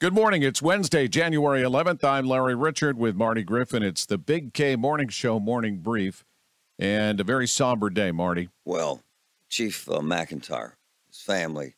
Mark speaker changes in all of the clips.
Speaker 1: Good morning. It's Wednesday, January 11th. I'm Larry Richard with Marty Griffin. It's the Big K Morning Show Morning Brief and a very somber day, Marty.
Speaker 2: Well, Chief uh, McIntyre, his family,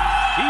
Speaker 3: He